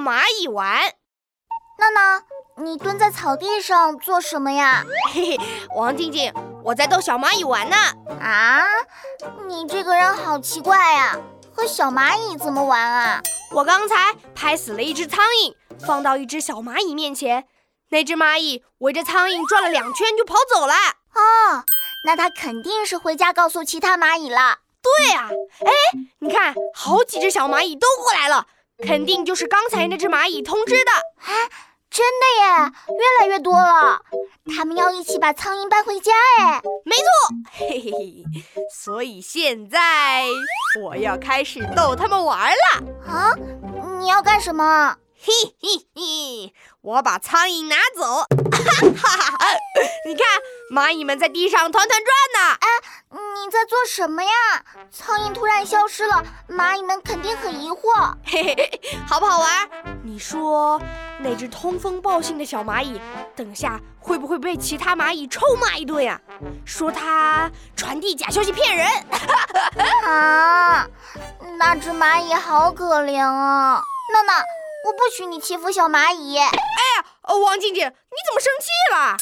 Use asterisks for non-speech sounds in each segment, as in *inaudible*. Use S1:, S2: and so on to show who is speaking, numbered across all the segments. S1: 蚂蚁玩。
S2: 娜娜，你蹲在草地上做什么呀？
S1: 嘿嘿，王静静，我在逗小蚂蚁玩呢。
S2: 啊，你这个人好奇怪呀、和小蚂蚁怎么玩啊？
S1: 我刚才拍死了一只苍蝇，放到一只小蚂蚁面前，那只蚂蚁围着苍蝇转了两圈就跑走了。
S2: 哦，那它肯定是回家告诉其他蚂蚁了。
S1: 对呀、哎，你看，好几只小蚂蚁都过来了，肯定就是刚才那只蚂蚁通知的。
S2: 真的耶，越来越多了。它们要一起把苍蝇搬回家哎。
S1: 嘿嘿嘿，所以现在我要开始逗它们玩了。
S2: 啊，你要干什么？
S1: 嘿嘿嘿，我把苍蝇拿走， *laughs* 哈哈哈！你看，蚂蚁们在地上团团转呢。
S2: 你在做什么呀？苍蝇突然消失了，蚂蚁们肯定很疑惑。
S1: 嘿嘿嘿，好不好玩？你说那只通风报信的小蚂蚁，等下会不会被其他蚂蚁臭骂一顿呀、说它传递假消息骗人。
S2: 啊，那只蚂蚁好可怜啊！娜娜，我不许你欺负小蚂蚁，
S1: 哦，王静静，你怎么生气了？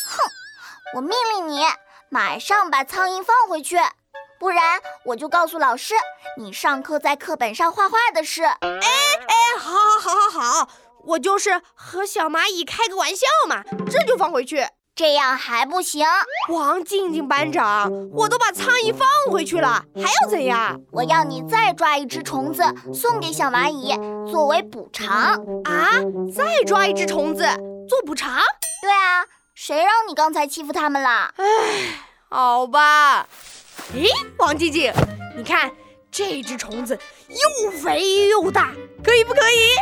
S2: 我命令你马上把苍蝇放回去，不然我就告诉老师你上课在课本上画画的事。
S1: 哎，好好好好好，我就是和小蚂蚁开个玩笑嘛，这就放回去。
S2: 这样还不行，
S1: 王静静班长，我都把苍蝇放回去了，还要怎样
S2: 我要你再抓一只虫子送给小蚂蚁作为补偿。
S1: 啊？再抓一只虫子做补偿？
S2: 对啊，谁让你刚才欺负它们了？
S1: 好吧。咦，王静静，你看这只虫子又肥又大，可以不可以？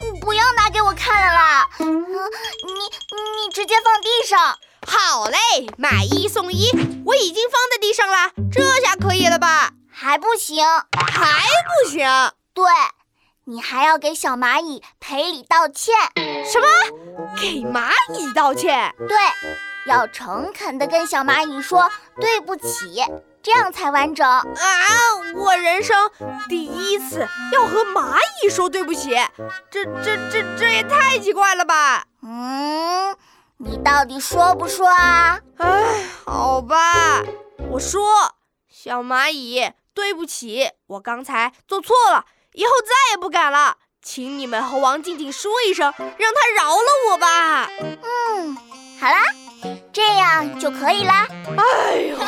S2: 你不要拿给我看了啦！嗯你你直接放地上。
S1: 好嘞，买一送一，我已经放在地上了，这下可以了吧？
S2: 还不行，
S1: 还不行？
S2: 对，你还要给小蚂蚁赔礼道歉。
S1: 什么？给蚂蚁道歉？
S2: 对，要诚恳地跟小蚂蚁说对不起，这样才完整。
S1: 啊！我人生第一次要和蚂蚁说对不起，这这这这也太奇怪了吧？
S2: 嗯，你到底说不说啊？
S1: 唉，好吧，我说，小蚂蚁，对不起，我刚才做错了，以后再也不敢了，请你们和王静静说一声，让她饶了我吧。
S2: 嗯，好啦，这样就可以啦。
S1: 哎呦。